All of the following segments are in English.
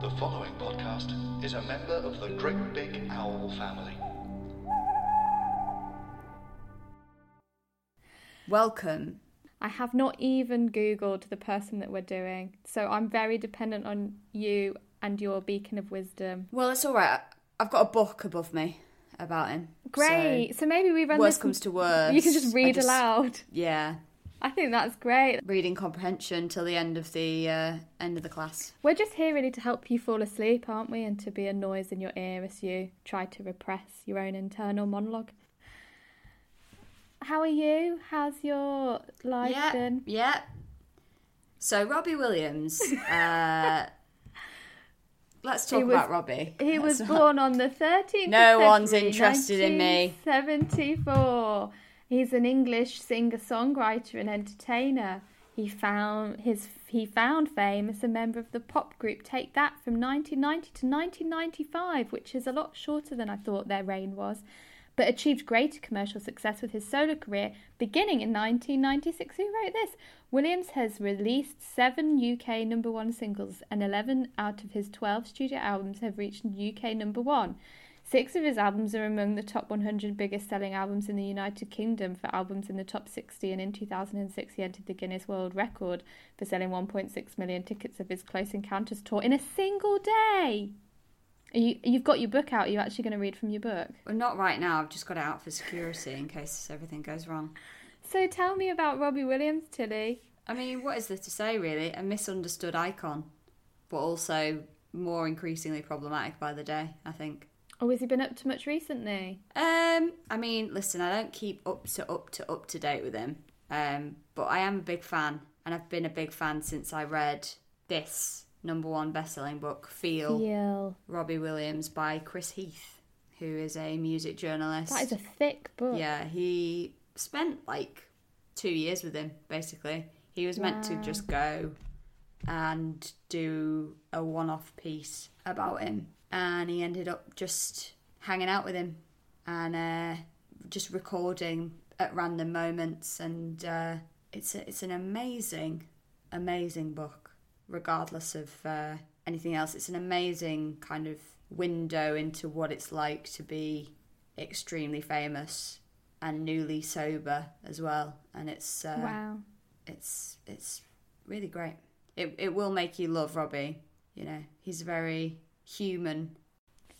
The following podcast is a member of the Great Big Owl family. Welcome. I have not even Googled the person that we're doing, so I'm very dependent on you and your beacon of wisdom. Well, it's all right. I've got a book above me about him. Great. So, maybe we run worst this. comes to worst. You can just I read just- aloud. So, yeah, I think that's great. reading comprehension till the end of the uh, end of the class. We're just here really to help you fall asleep, aren't we? And to be a noise in your ear as you try to repress your own internal monologue. How are you? How's your life yeah, been? yeah. So Robbie Williams. uh, let's talk He was- about Robbie. He Let's was not- born on the 13th. No of one's February, interested in me. 1974. He's an English singer-songwriter and entertainer. He found his he found fame as a member of the pop group Take That from 1990 to 1995, which is a lot shorter than I thought their reign was, but achieved greater commercial success with his solo career beginning in 1996. Who wrote this? Williams has released seven UK number one singles, and 11 out of his 12 studio albums have reached UK number one. Six of his albums are among the top 100 biggest selling albums in the United Kingdom for albums in the top 60, and in 2006 he entered the Guinness World Record for selling 1.6 million tickets of his Close Encounters tour in a single day. Are you, you've got your book out. Are you actually going to read from your book? Well, not right now. I've just got it out for security in case everything goes wrong. So tell me about Robbie Williams, Tilly. I mean, what is there to say really? A misunderstood icon, but also more increasingly problematic by the day. I think. Oh, has he been up to much recently? Um, I mean, listen, I don't keep up to up to up to date with him. Um, but I am a big fan, and I've been a big fan since I read this number one best-selling book, Feel, Feel. Robbie Williams by Chris Heath, who is a music journalist. That is a thick book. Yeah, he spent like two years with him, basically. He was meant to just go and do a one off piece about him. And he ended up just hanging out with him and uh, just recording at random moments. And uh, it's, a, it's an amazing, amazing book, regardless of uh, anything else. It's an amazing kind of window into what it's like to be extremely famous and newly sober as well and it's uh, Wow. it's it's really great it it will make you love Robbie you know he's very human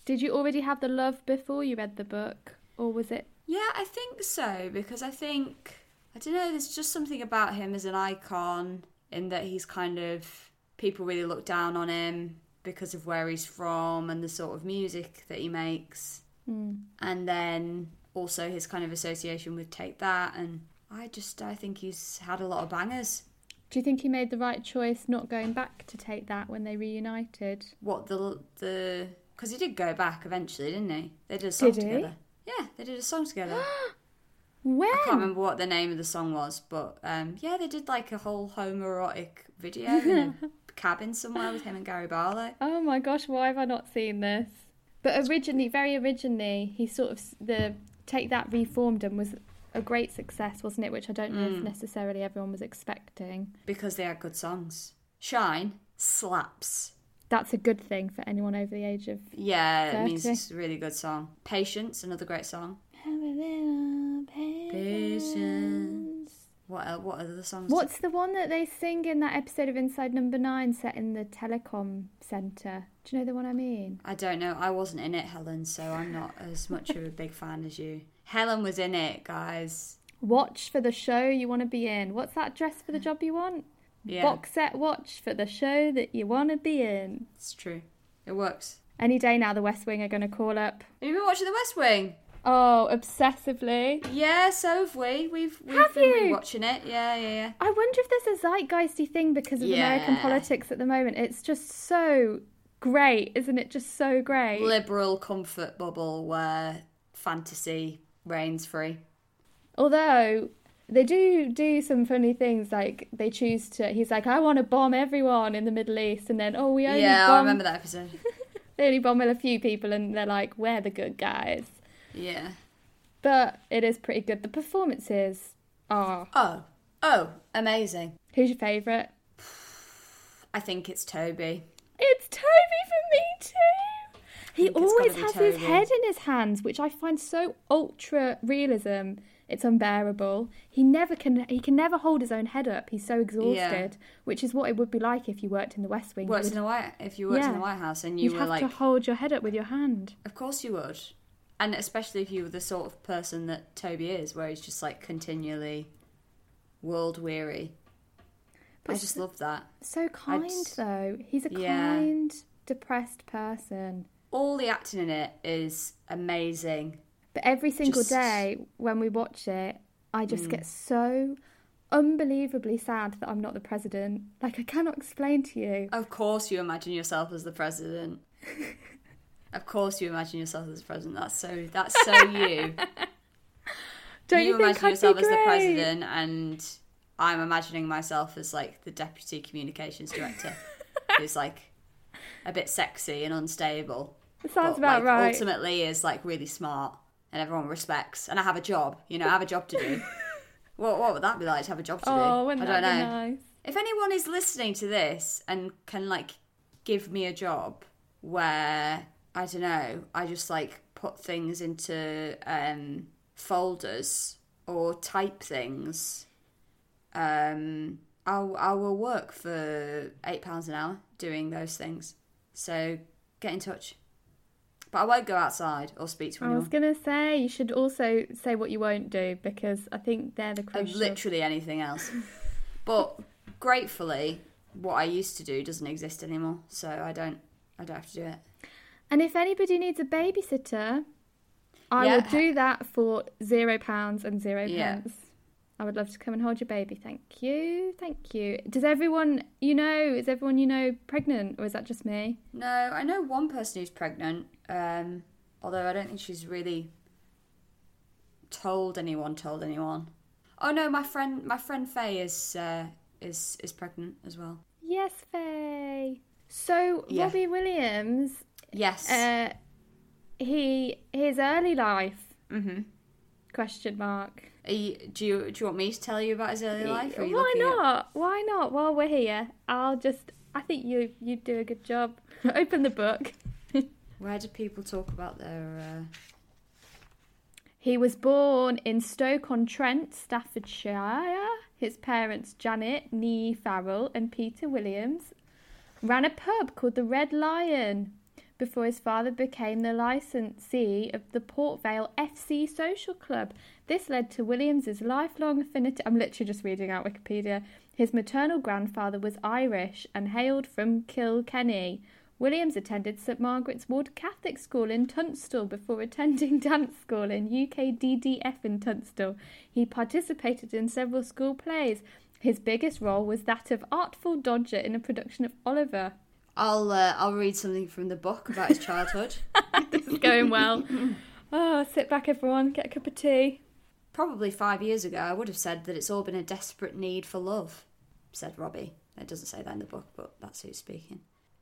Did you already have the love before you read the book? Or was it yeah i think so because i think i don't know there's just something about him as an icon in that he's kind of people really look down on him because of where he's from and the sort of music that he makes and then also his kind of association with Take That. And I just I think he's had a lot of bangers. Do you think he made the right choice not going back to take that when they reunited? What the the because he did go back eventually, didn't he? They did a song Did he? together. Yeah, they did a song together. When? I can't remember what the name of the song was, but um, yeah, they did like a whole homoerotic video in a cabin somewhere with him and Gary Barlow. Oh my gosh, why have I not seen this? But originally, very originally, he sort of s- the take that reformed and was a great success, wasn't it? Which I don't Mm. know if necessarily everyone was expecting. because they had good songs. Shine slaps. That's a good thing for anyone over the age of. Yeah, it means Thirty. it's a really good song. Patience, another great song. What el what other songs? What's the one that they sing in that episode of Inside Number Nine set in the telecom centre? Do you know the one I mean? I don't know. I wasn't in it, Helen, so I'm not as much of a big fan as you. Helen was in it, guys. Watch for the show you want to be in. What's that dress for the job you want? Yeah, Box set watch for the show that you want to be in. it's true. It works. Any day now, the West Wing are going to call up. Have you been watching The West Wing? Oh, obsessively. Yeah, so have we. We've we've Have been you? watching it. Yeah, yeah, yeah. I wonder if there's a zeitgeisty thing because of American Yeah. politics at the moment. It's just so great, isn't it? Just so great. Liberal comfort bubble where fantasy reigns free. Although they do do some funny things, like they choose to. He's like, I want to bomb everyone in the Middle East, and then oh, we only yeah, bomb, I remember that episode. They only bomb a few people, and they're like, we're the good guys. Yeah. But it is pretty good. The performances are. Oh, oh, amazing. Who's your favourite? I think it's Toby. It's Toby for me too. He think it's always gotta be has his Toby. head in his hands, which I find so ultra realism. It's unbearable. He never can. He can never hold his own head up. He's so exhausted, which is what it would be like if you worked in the West Wing. You Worked would- in the White. If you worked in Yeah. the White House and you You'd were have like, to hold your head up with your hand. of course you would, and especially if you were the sort of person that Toby is, where he's just like continually world weary. I But just love that. So kind just- though. He's a Yeah. kind, depressed person. All the acting in it is amazing. But every single Just- Mm. day when we watch it, I just get so unbelievably sad that I'm not the president. Like I cannot explain to you. Of course, you imagine yourself as the president. of course, you imagine yourself as the president. That's so. That's so you. Don't you, you, think imagine I'd yourself be as great? the president, and I'm imagining myself as like the deputy communications director, who's like a bit sexy and unstable. Sounds but, like, about right. Ultimately, is like really smart and everyone respects, and I have a job. You know, I have a job to do. what What would that be like to have a job to oh, do? wouldn't I don't that be know. nice? If anyone is listening to this and can like give me a job where I don't know, I just like put things into um, folders or type things, um, I'll, I will work for eight pounds an hour doing those things. So get in touch. But I won't go outside or speak to I was anyone. gonna say you should also say what you won't do because I think they're the of crucial. literally anything else. but gratefully, what I used to do doesn't exist anymore, so I don't I don't have to do it. And if anybody needs a babysitter, I Yeah. will do that for zero pounds and zero Yeah. pence. I would love to come and hold your baby. Thank you. Thank you. Does everyone you know, is everyone you know pregnant or is that just me? No, I know one person who's pregnant, um, although I don't think she's really told anyone. Told anyone? Oh no, my friend, my friend Faye is uh, is is pregnant as well. Yes, Faye. So, Yeah. Robbie Williams, Yes, uh, he his early life Mhm. question mark. Are you, do you do you want me to tell you about his early life? Or are you Why looking at- not? Why not? While we're here, I'll just. I think you you do a good job. Open the book. Where do people talk about their? Uh... He was born in Stoke on Trent, Staffordshire. His parents, Janet Nee Farrell and Peter Williams, ran a pub called the Red Lion before his father became the licensee of the Port Vale FC Social Club. This led to Williams's lifelong affinity. I'm literally just reading out Wikipedia. His maternal grandfather was Irish and hailed from Kilkenny. Williams attended St Margaret's Ward Catholic School in Tunstall before attending dance school in UKDDF in Tunstall. He participated in several school plays. His biggest role was that of Artful Dodger in a production of Oliver. I'll uh, I'll read something from the book about his childhood. this is going well. Oh, sit back, everyone, get a cup of tea. Probably five years ago, I would have said that it's all been a desperate need for love, said Robbie. It doesn't say that in the book, but that's who's speaking.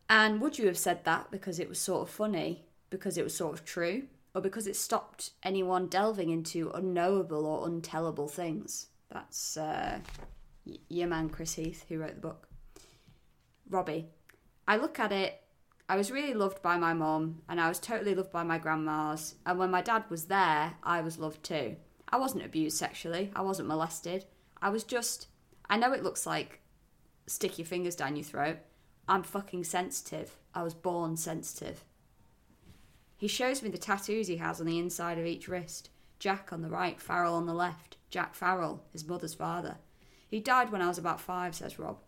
And would you have said that because it was sort of funny, because it was sort of true, or because it stopped anyone delving into unknowable or untellable things? That's uh, y- your man, Chris Heath, who wrote the book. Robbie, I look at it. I was really loved by my mum, and I was totally loved by my grandmas. And when my dad was there, I was loved too. I wasn't abused sexually. I wasn't molested. I was just. I know it looks like stick your fingers down your throat. I'm fucking sensitive. I was born sensitive. He shows me the tattoos he has on the inside of each wrist Jack on the right, Farrell on the left. Jack Farrell, his mother's father. He died when I was about five, says Rob.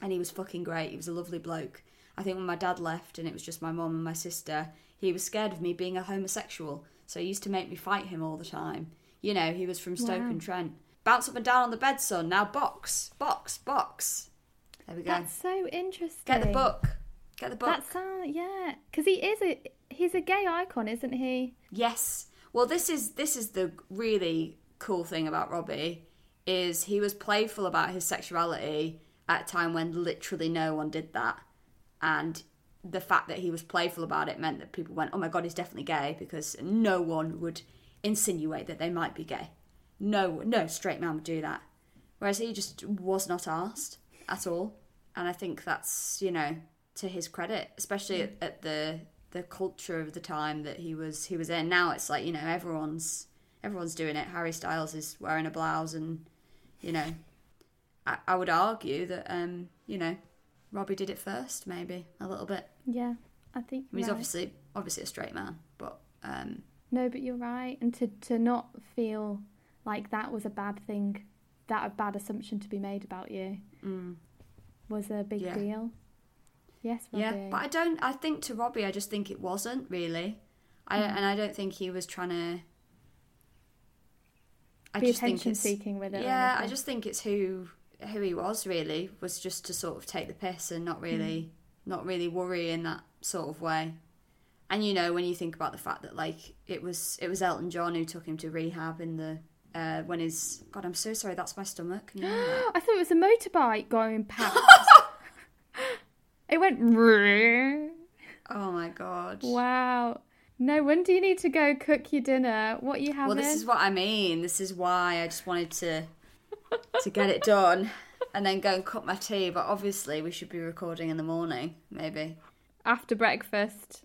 And he was fucking great. He was a lovely bloke. I think when my dad left and it was just my mum and my sister, he was scared of me being a homosexual, so he used to make me fight him all the time. You know, he was from Stoke and Trent. Bounce up and down on the bed, son. Now box, box, box. There we go. That's so interesting. Get the book. Get the book. That sound yeah, because he is a he's a gay icon, isn't he? Yes. Well, this is this is the really cool thing about Robbie is he was playful about his sexuality at a time when literally no one did that, and the fact that he was playful about it meant that people went, "Oh my god, he's definitely gay," because no one would insinuate that they might be gay. No, no straight man would do that. Whereas he just was not asked at all, and I think that's you know to his credit, especially at, at the the culture of the time that he was he was in. Now it's like you know everyone's everyone's doing it. Harry Styles is wearing a blouse, and you know, I, I would argue that um you know Robbie did it first, maybe a little bit. Yeah, I think. I mean, he's right. obviously obviously a straight man, but um No, but you're right, and to to not feel like that was a bad thing, that a bad assumption to be made about you was a big Mm. Yeah. deal. Yes, Robbie. yeah, but I don't. I think to Robbie, I just think it wasn't really. I Mm. and I don't think he was trying to. I Be just think attention it's- seeking with it or Yeah, I anything. just think it's who who he was really was just to sort of take the piss and not Mm. really not really worry in that sort of way. And you know when you think about the fact that like it was it was Elton John who took him to rehab in the uh, when his God I'm so sorry that's my stomach. Can you hear that? I thought it was a motorbike going past. it went. "Rrrr." oh my God. Wow. No wonder you need to go cook your dinner. What you Well, having? this is what I mean. This is why I just wanted to to get it done and then go and cut my tea. But obviously, we should be recording in the morning, maybe. after breakfast.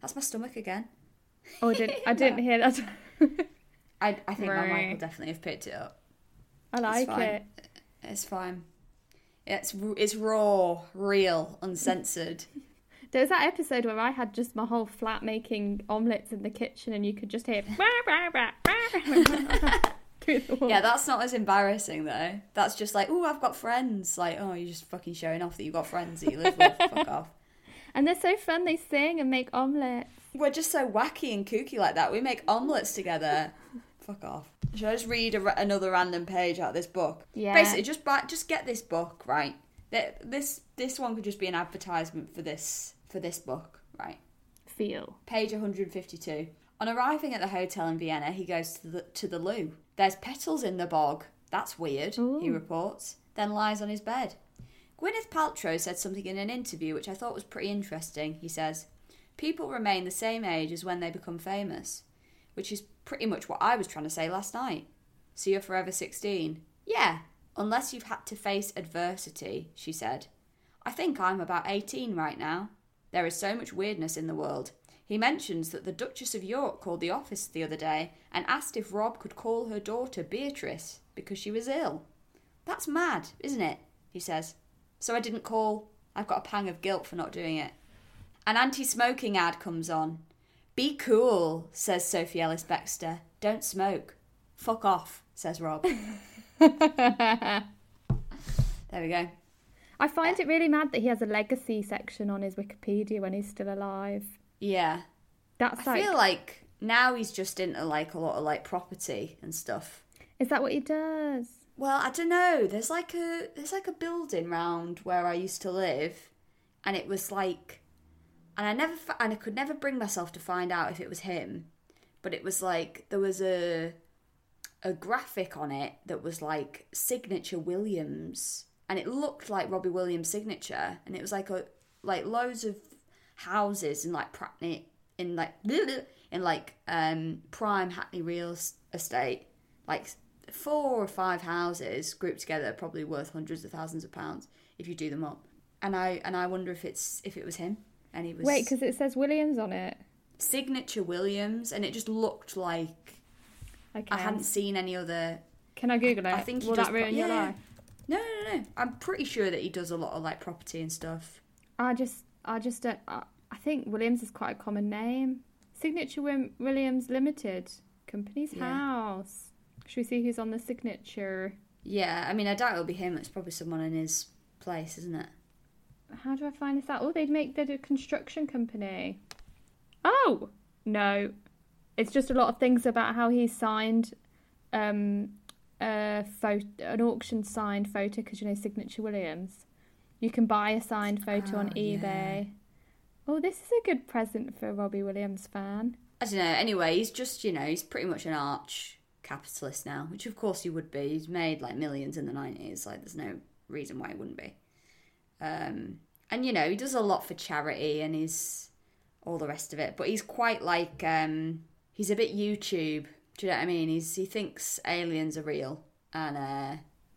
That's my stomach again. Oh, I didn't. I didn't hear that. I, I think my mic will Right. definitely have picked it up. I like fine. it. It's fine. It's r- it's raw, real, uncensored. There was that episode where I had just my whole flat making omelets in the kitchen, and you could just hear "Bah, bah, bah, bah, bah," through the wall. yeah, that's not as embarrassing though. That's just like, oh, I've got friends. Like, oh, you're just fucking showing off that you've got friends that you live with. Fuck off. And they're so fun. They sing and make omelets. We're just so wacky and kooky like that. We make omelets together. Fuck off. Should I just read a ra- another random page out of this book? Yeah. Basically, just buy, just get this book, right? Th- This this one could just be an advertisement for this for this book, right? Feel. Page 152. On arriving at the hotel in Vienna, he goes to the, to the loo. There's petals in the bog. That's weird, he reports, then lies on his bed. Gwyneth Paltrow said something in an interview which I thought was pretty interesting. He says, People remain the same age as when they become famous, which is pretty much what I was trying to say last night. So you're forever 16? Yeah, unless you've had to face adversity, she said. I think I'm about 18 right now. There is so much weirdness in the world. He mentions that the Duchess of York called the office the other day and asked if Rob could call her daughter Beatrice because she was ill. That's mad, isn't it? He says. So I didn't call. I've got a pang of guilt for not doing it. An anti smoking ad comes on. Be cool, says Sophie Ellis Bextor. Don't smoke. Fuck off, says Rob. there we go. I find it really mad that he has a legacy section on his Wikipedia when he's still alive. Yeah. That's I like, feel like now he's just into like a lot of like property and stuff. is that what he does? Well, I don't know. There's like a there's like a building round where I used to live, and it was like, and I never fi- and I could never bring myself to find out if it was him, but it was like there was a a graphic on it that was like signature Williams, and it looked like Robbie Williams' signature, and it was like a like loads of houses in like Pratney in like in like um prime Hackney real s- estate, like four or five houses grouped together, probably worth hundreds of thousands of pounds if you do them up. And I and I wonder if it's if it was him, and he was Wait, because it says Williams on it. signature Williams, and it just looked like Okay. I hadn't seen any other Can I Google it? I think he Will does that ruin pro- your yeah. life? No, no, no, no. I'm pretty sure that he does a lot of like property and stuff. I just, I just don't. I, I think Williams is quite a common name. Signature Wim- Williams Limited Company's Yeah. house. Should we see who's on the signature? Yeah, I mean, I doubt it'll be him. It's probably someone in his place, isn't it? How do I find this out? Oh, they'd make they're a construction company. Oh no, it's just a lot of things about how he signed um, a photo, an auction signed photo because you know signature Williams. You can buy a signed photo on Oh, eBay. yeah. Oh, this is a good present for a Robbie Williams fan. I don't know. Anyway, he's just you know he's pretty much an arch capitalist now, which of course he would be. He's made like millions in the nineties. Like there's no reason why he wouldn't be. Um, and you know he does a lot for charity and he's all the rest of it. But he's quite like um, he's a bit YouTube. Do you know what I mean? He's he thinks aliens are real, and uh,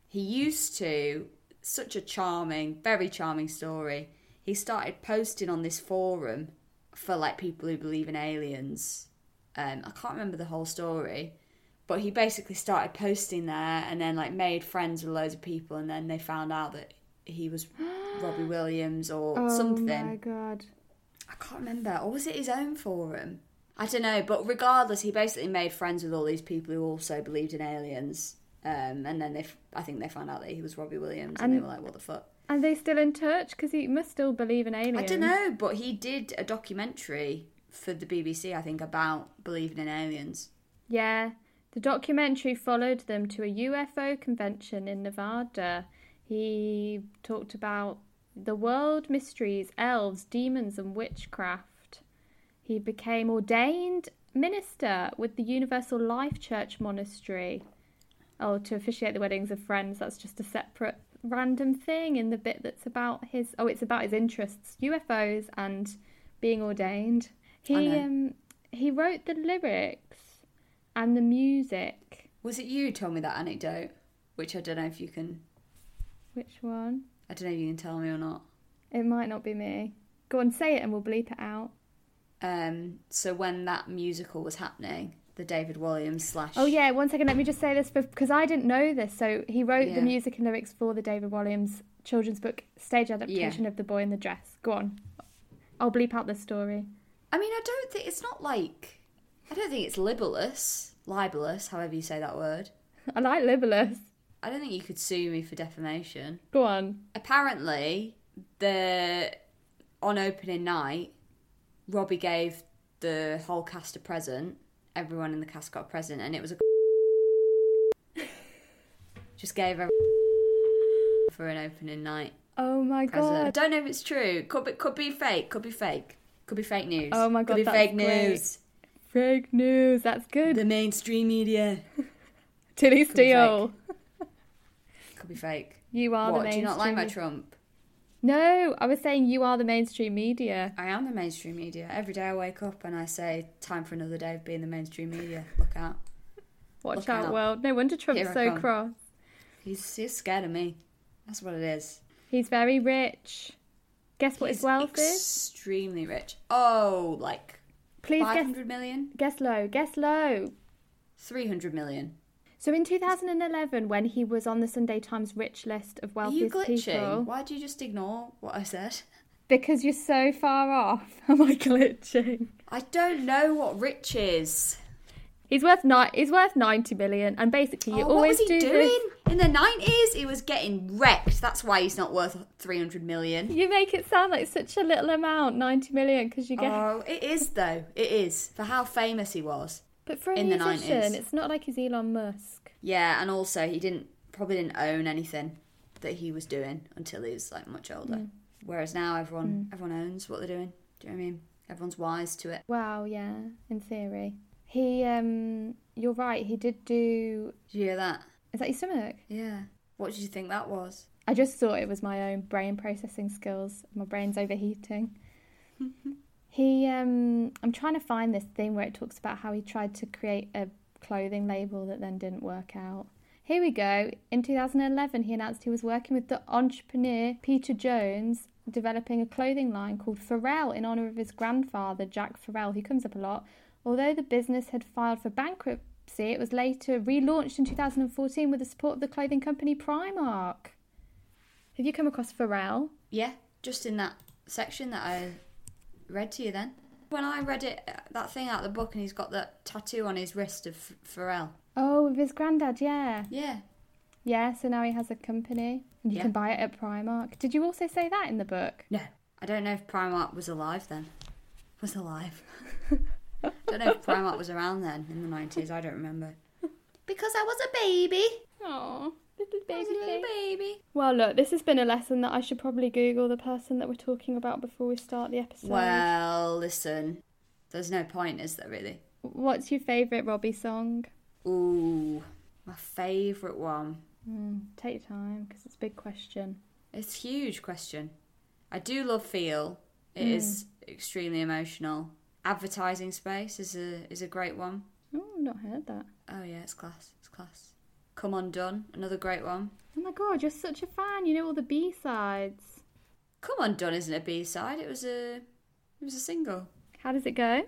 he used to such a charming, very charming story. He started posting on this forum for like people who believe in aliens. Um, I can't remember the whole story, but he basically started posting there and then like made friends with loads of people, and then they found out that he was Robbie Williams or Oh my something. god. I can't remember, or was it his own forum? I don't know, but regardless, he basically made friends with all these people who also believed in aliens. Um, and then they, f- I think they found out that he was Robbie Williams, and they And- were like, "What the fuck?" Are they still in touch? Because he must still believe in aliens. I don't know, but he did a documentary for the BBC, I think, about believing in aliens. Yeah, the documentary followed them to a UFO convention in Nevada. He talked about the world mysteries, elves, demons, and witchcraft. He became ordained minister with the Universal Life Church Monastery. Oh, to officiate the weddings of friends, that's just a separate random thing in the bit that's about his oh, it's about his interests, UFOs and being ordained. He know. um he wrote the lyrics and the music. Was it you who told me that anecdote? Which I don't know if you can, Which one? I don't know if you can tell me or not. It might not be me. Go on, say it and we'll bleep it out. Um, so when that musical was happening, the David Williams slash Oh yeah, one second. Let me just say this because I didn't know this. So he wrote Yeah. the music and lyrics for the David Williams children's book stage adaptation of The Boy in the Dress. Go on. I'll bleep out the story. I mean, I don't think it's not like I don't think it's libelous, libelous, however you say that word. I like libelous. I don't think you could sue me for defamation. Go on. apparently the on opening night robbie gave the whole cast a present everyone in the cast got a present and it was a just gave her for an opening night Oh my present god. don't know if it's true could be, could be fake could be fake could be fake news Oh my God, could be that's fake great. news Fake news. That's good. the mainstream media be Tilly Steele. could be fake You are the what do mainstream. you not like my trump No, I was saying you are the mainstream media. I am the mainstream media. Every day I wake up and I say, "Time for another day of being the mainstream media." Look out! Watch Look out, out. world. No wonder Trump's Here I so come. cross. He's he's scared of me. That's what it is. He's very rich. Guess what He's his wealth is? extremely rich. Oh, like Please five guess. hundred million, Guess low. Guess low. three hundred million. So in 2011, when he was on the Sunday Times Rich list of Are you wealthiest glitching? people, Why do you just ignore what I said? because you're so far off, am I glitching? I don't know what rich is. He's worth ni- he's worth ninety million, and basically you Oh, what always was he do doing this. in the nineties? He was getting wrecked. That's why he's not worth three hundred million. You make it sound like such a little amount, ninety million, because you get. Oh, it is though. It is for how famous he was. but for a in the musician, 90s. it's not like he's Elon Musk. Yeah, and also he didn't probably didn't own anything that he was doing until he was like much older. Mm. Whereas now everyone everyone owns what they're doing. Do you know what I mean? Everyone's wise to it. Wow, yeah, in theory, he. um You're right. He did do. Did you hear that? Is that your stomach? Yeah. What did you think that was? I just thought it was my own brain processing skills. My brain's overheating. he, um, I'm trying to find this thing where it talks about how he tried to create a clothing label that then didn't work out. Here we go. In 2011, he announced he was working with the entrepreneur Peter Jones, developing a clothing line called Pharrell in honor of his grandfather, Jack Pharrell, who comes up a lot. Although the business had filed for bankruptcy, it was later relaunched in 2014 with the support of the clothing company Primark. Have you come across Pharrell? Yeah, just in that section that I read to you then. When I read it, uh, that thing out of the book, and he's got that tattoo on his wrist of F- Pharrell. Oh, with his granddad, yeah. Yeah. Yeah, so now he has a company and you Yeah. can buy it at Primark. Did you also say that in the book? No. I don't know if Primark was alive then. Was alive. I don't know if Primark was around then in the 90s. I don't remember. Because I was a baby. Oh, little I was a little baby. Well, look, this has been a lesson that I should probably Google the person that we're talking about before we start the episode. Well, listen. There's no point, is there, really? What's your favourite Robbie song? Ooh. My favourite one. Mm, take time because it's a big question. It's a huge question. I do love feel. It is extremely emotional. Advertising space is a is a great one. Oh, not heard that. Oh yeah, it's class. It's class. Come undone, another great one. Oh my god, you're such a fan. You know all the B sides. Come undone isn't a B side. It was a it was a single. How does it go?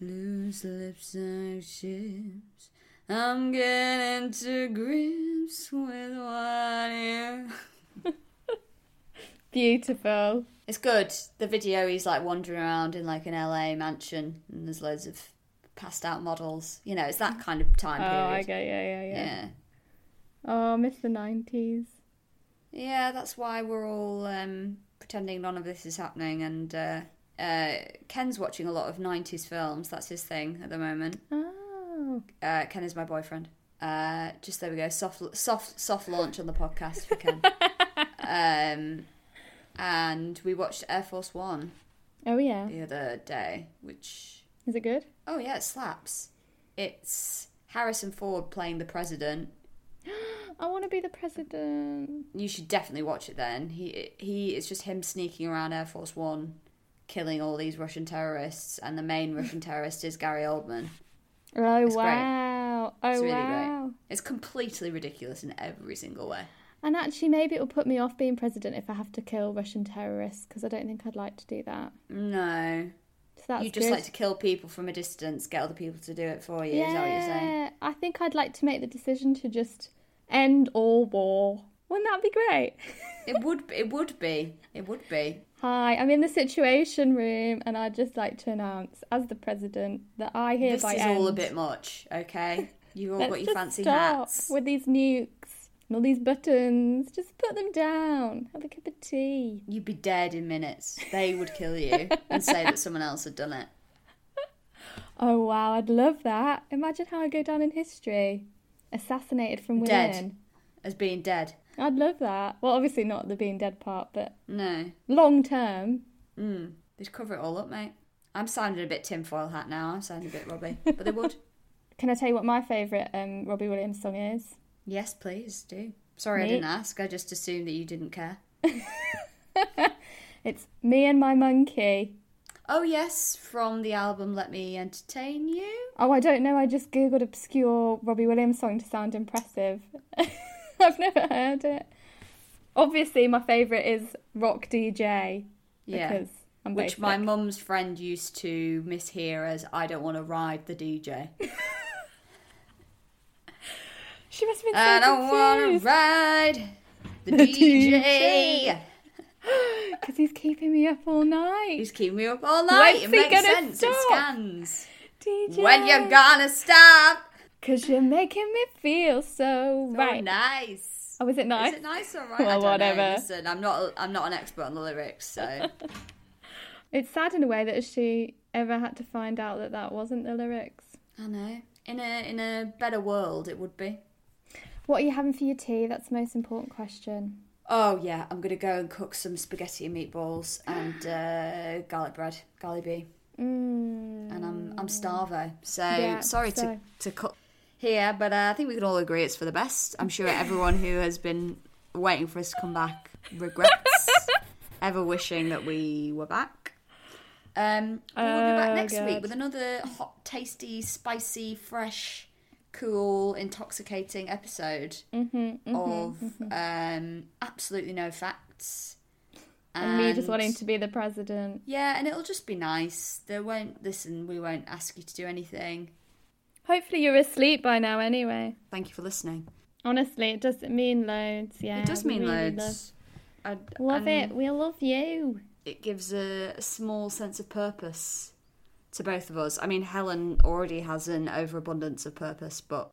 Loose lips and ships. I'm getting to grips with one ear. Beautiful. It's good. The video is like wandering around in like an LA mansion, and there's loads of passed out models. You know, it's that kind of time Oh, I period. get yeah, yeah, yeah. Yeah. Oh, I miss the nineties. Yeah, that's why we're all um, pretending none of this is happening. And uh, uh, Ken's watching a lot of 90s films. That's his thing at the moment. Oh, Uh, Ken is my boyfriend. Uh, just there we go. Soft, soft, soft launch on the podcast for Ken. um, and we watched Air Force One oh yeah. the other day, which Is it good? oh yeah, it slaps. It's Harrison Ford playing the president. I want to be the president. you should definitely watch it then. He he it's just him sneaking around Air Force One, killing all these Russian terrorists, and the main Russian terrorist is Gary Oldman. Oh It's great. wow. Oh It's really wow. great. It's completely ridiculous in every single way. And actually, maybe it'll put me off being president if I have to kill Russian terrorists because I don't think I'd like to do that. No. So that's you just good. like to kill people from a distance, get other people to do it for you, is that what you're saying? Yeah, I think I'd like to make the decision to just end all war. Wouldn't that be great? It would it would be. It would be. Hi, I'm in the Situation Room, and I'd just like to announce, as the president, that I This hereby is end. all a bit much, okay? You've all Let's got your just fancy stop hats. with these nukes and all these buttons. Just put them down. Have a cup of tea. You'd be dead in minutes. They would kill you and say that someone else had done it. Oh wow, I'd love that. Imagine how I go down in history, assassinated from Dead. within. As being dead. I'd love that. Well, obviously not the being dead part, but No. long term. Mm. They'd cover it all up, mate. I'm sounding a bit tinfoil hat now. I'm sounding a bit Robbie. But they would. Can I tell you what my favourite um, Robbie Williams song is? yes, please, do. Sorry I Me- didn't ask. I just assumed that you didn't care. It's Me and My Monkey. Oh, yes, from the album Let Me Entertain You. Oh, I don't know. I just googled obscure Robbie Williams song to sound impressive. I've never heard it. Obviously, my favourite is Rock DJ Yeah. because I'm Which basic. my mum's friend used to mishear as I don't want to ride the DJ. she must have been so I don't want confused to ride the, The DJ. DJ. because he's keeping me up all night. He's keeping me up all night. When's it he makes gonna sense. It stop? scans. Do DJ. When you're gonna stop? Cause you're making me feel so, So right. nice. Oh, is it nice? Is it nice or right? Well, I don't know. whatever. Listen, I'm not. I'm not an expert on the lyrics, so It's sad in a way that she ever had to find out that that wasn't the lyrics. I know. In a in a better world, it would be. What are you having for your tea? That's the most important question. Oh yeah, I'm gonna go and cook some spaghetti and meatballs and uh, garlic bread, garlic bee, Mm. and I'm I'm starvo. So Yeah, sorry so- to to cut here, but uh, I think we can all agree it's for the best. I'm sure everyone who has been waiting for us to come back regrets ever wishing that we were back. Um, we'll be back Oh, next week God. with another hot, tasty, spicy, fresh, cool, intoxicating episode Mm-hmm, of Um, absolutely no facts. And me just wanting to be the president. Yeah, and it'll just be nice. They won't listen. We won't ask you to do anything. Hopefully you're asleep by now anyway. Thank you for listening. Honestly, it does mean loads, yeah. it does we mean really loads. I'd- Love, love and it. We love you. It gives a a small sense of purpose to both of us. I mean, Helen already has an overabundance of purpose, but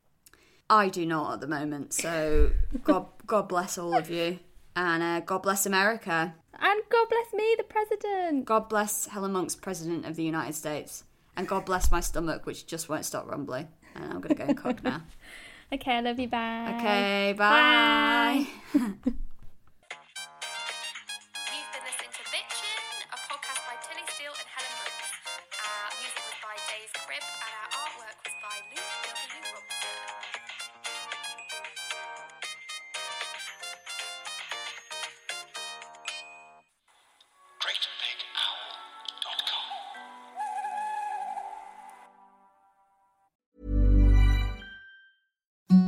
I do not at the moment. So God, God bless all of you, and uh, God bless America. And God bless me, the president. God bless Helen Monk's President of the United States. And God bless my stomach, which just won't stop rumbling. And I'm going to go and cook now. Okay, I love you. Bye. Okay, bye. You've been listening to Bitchin, a podcast by Tilly Steele and Helen Brooks. Our music was by Dave's Crib, and our artwork was by Luke W. Robson. GreatBigOwl.com.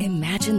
Imagine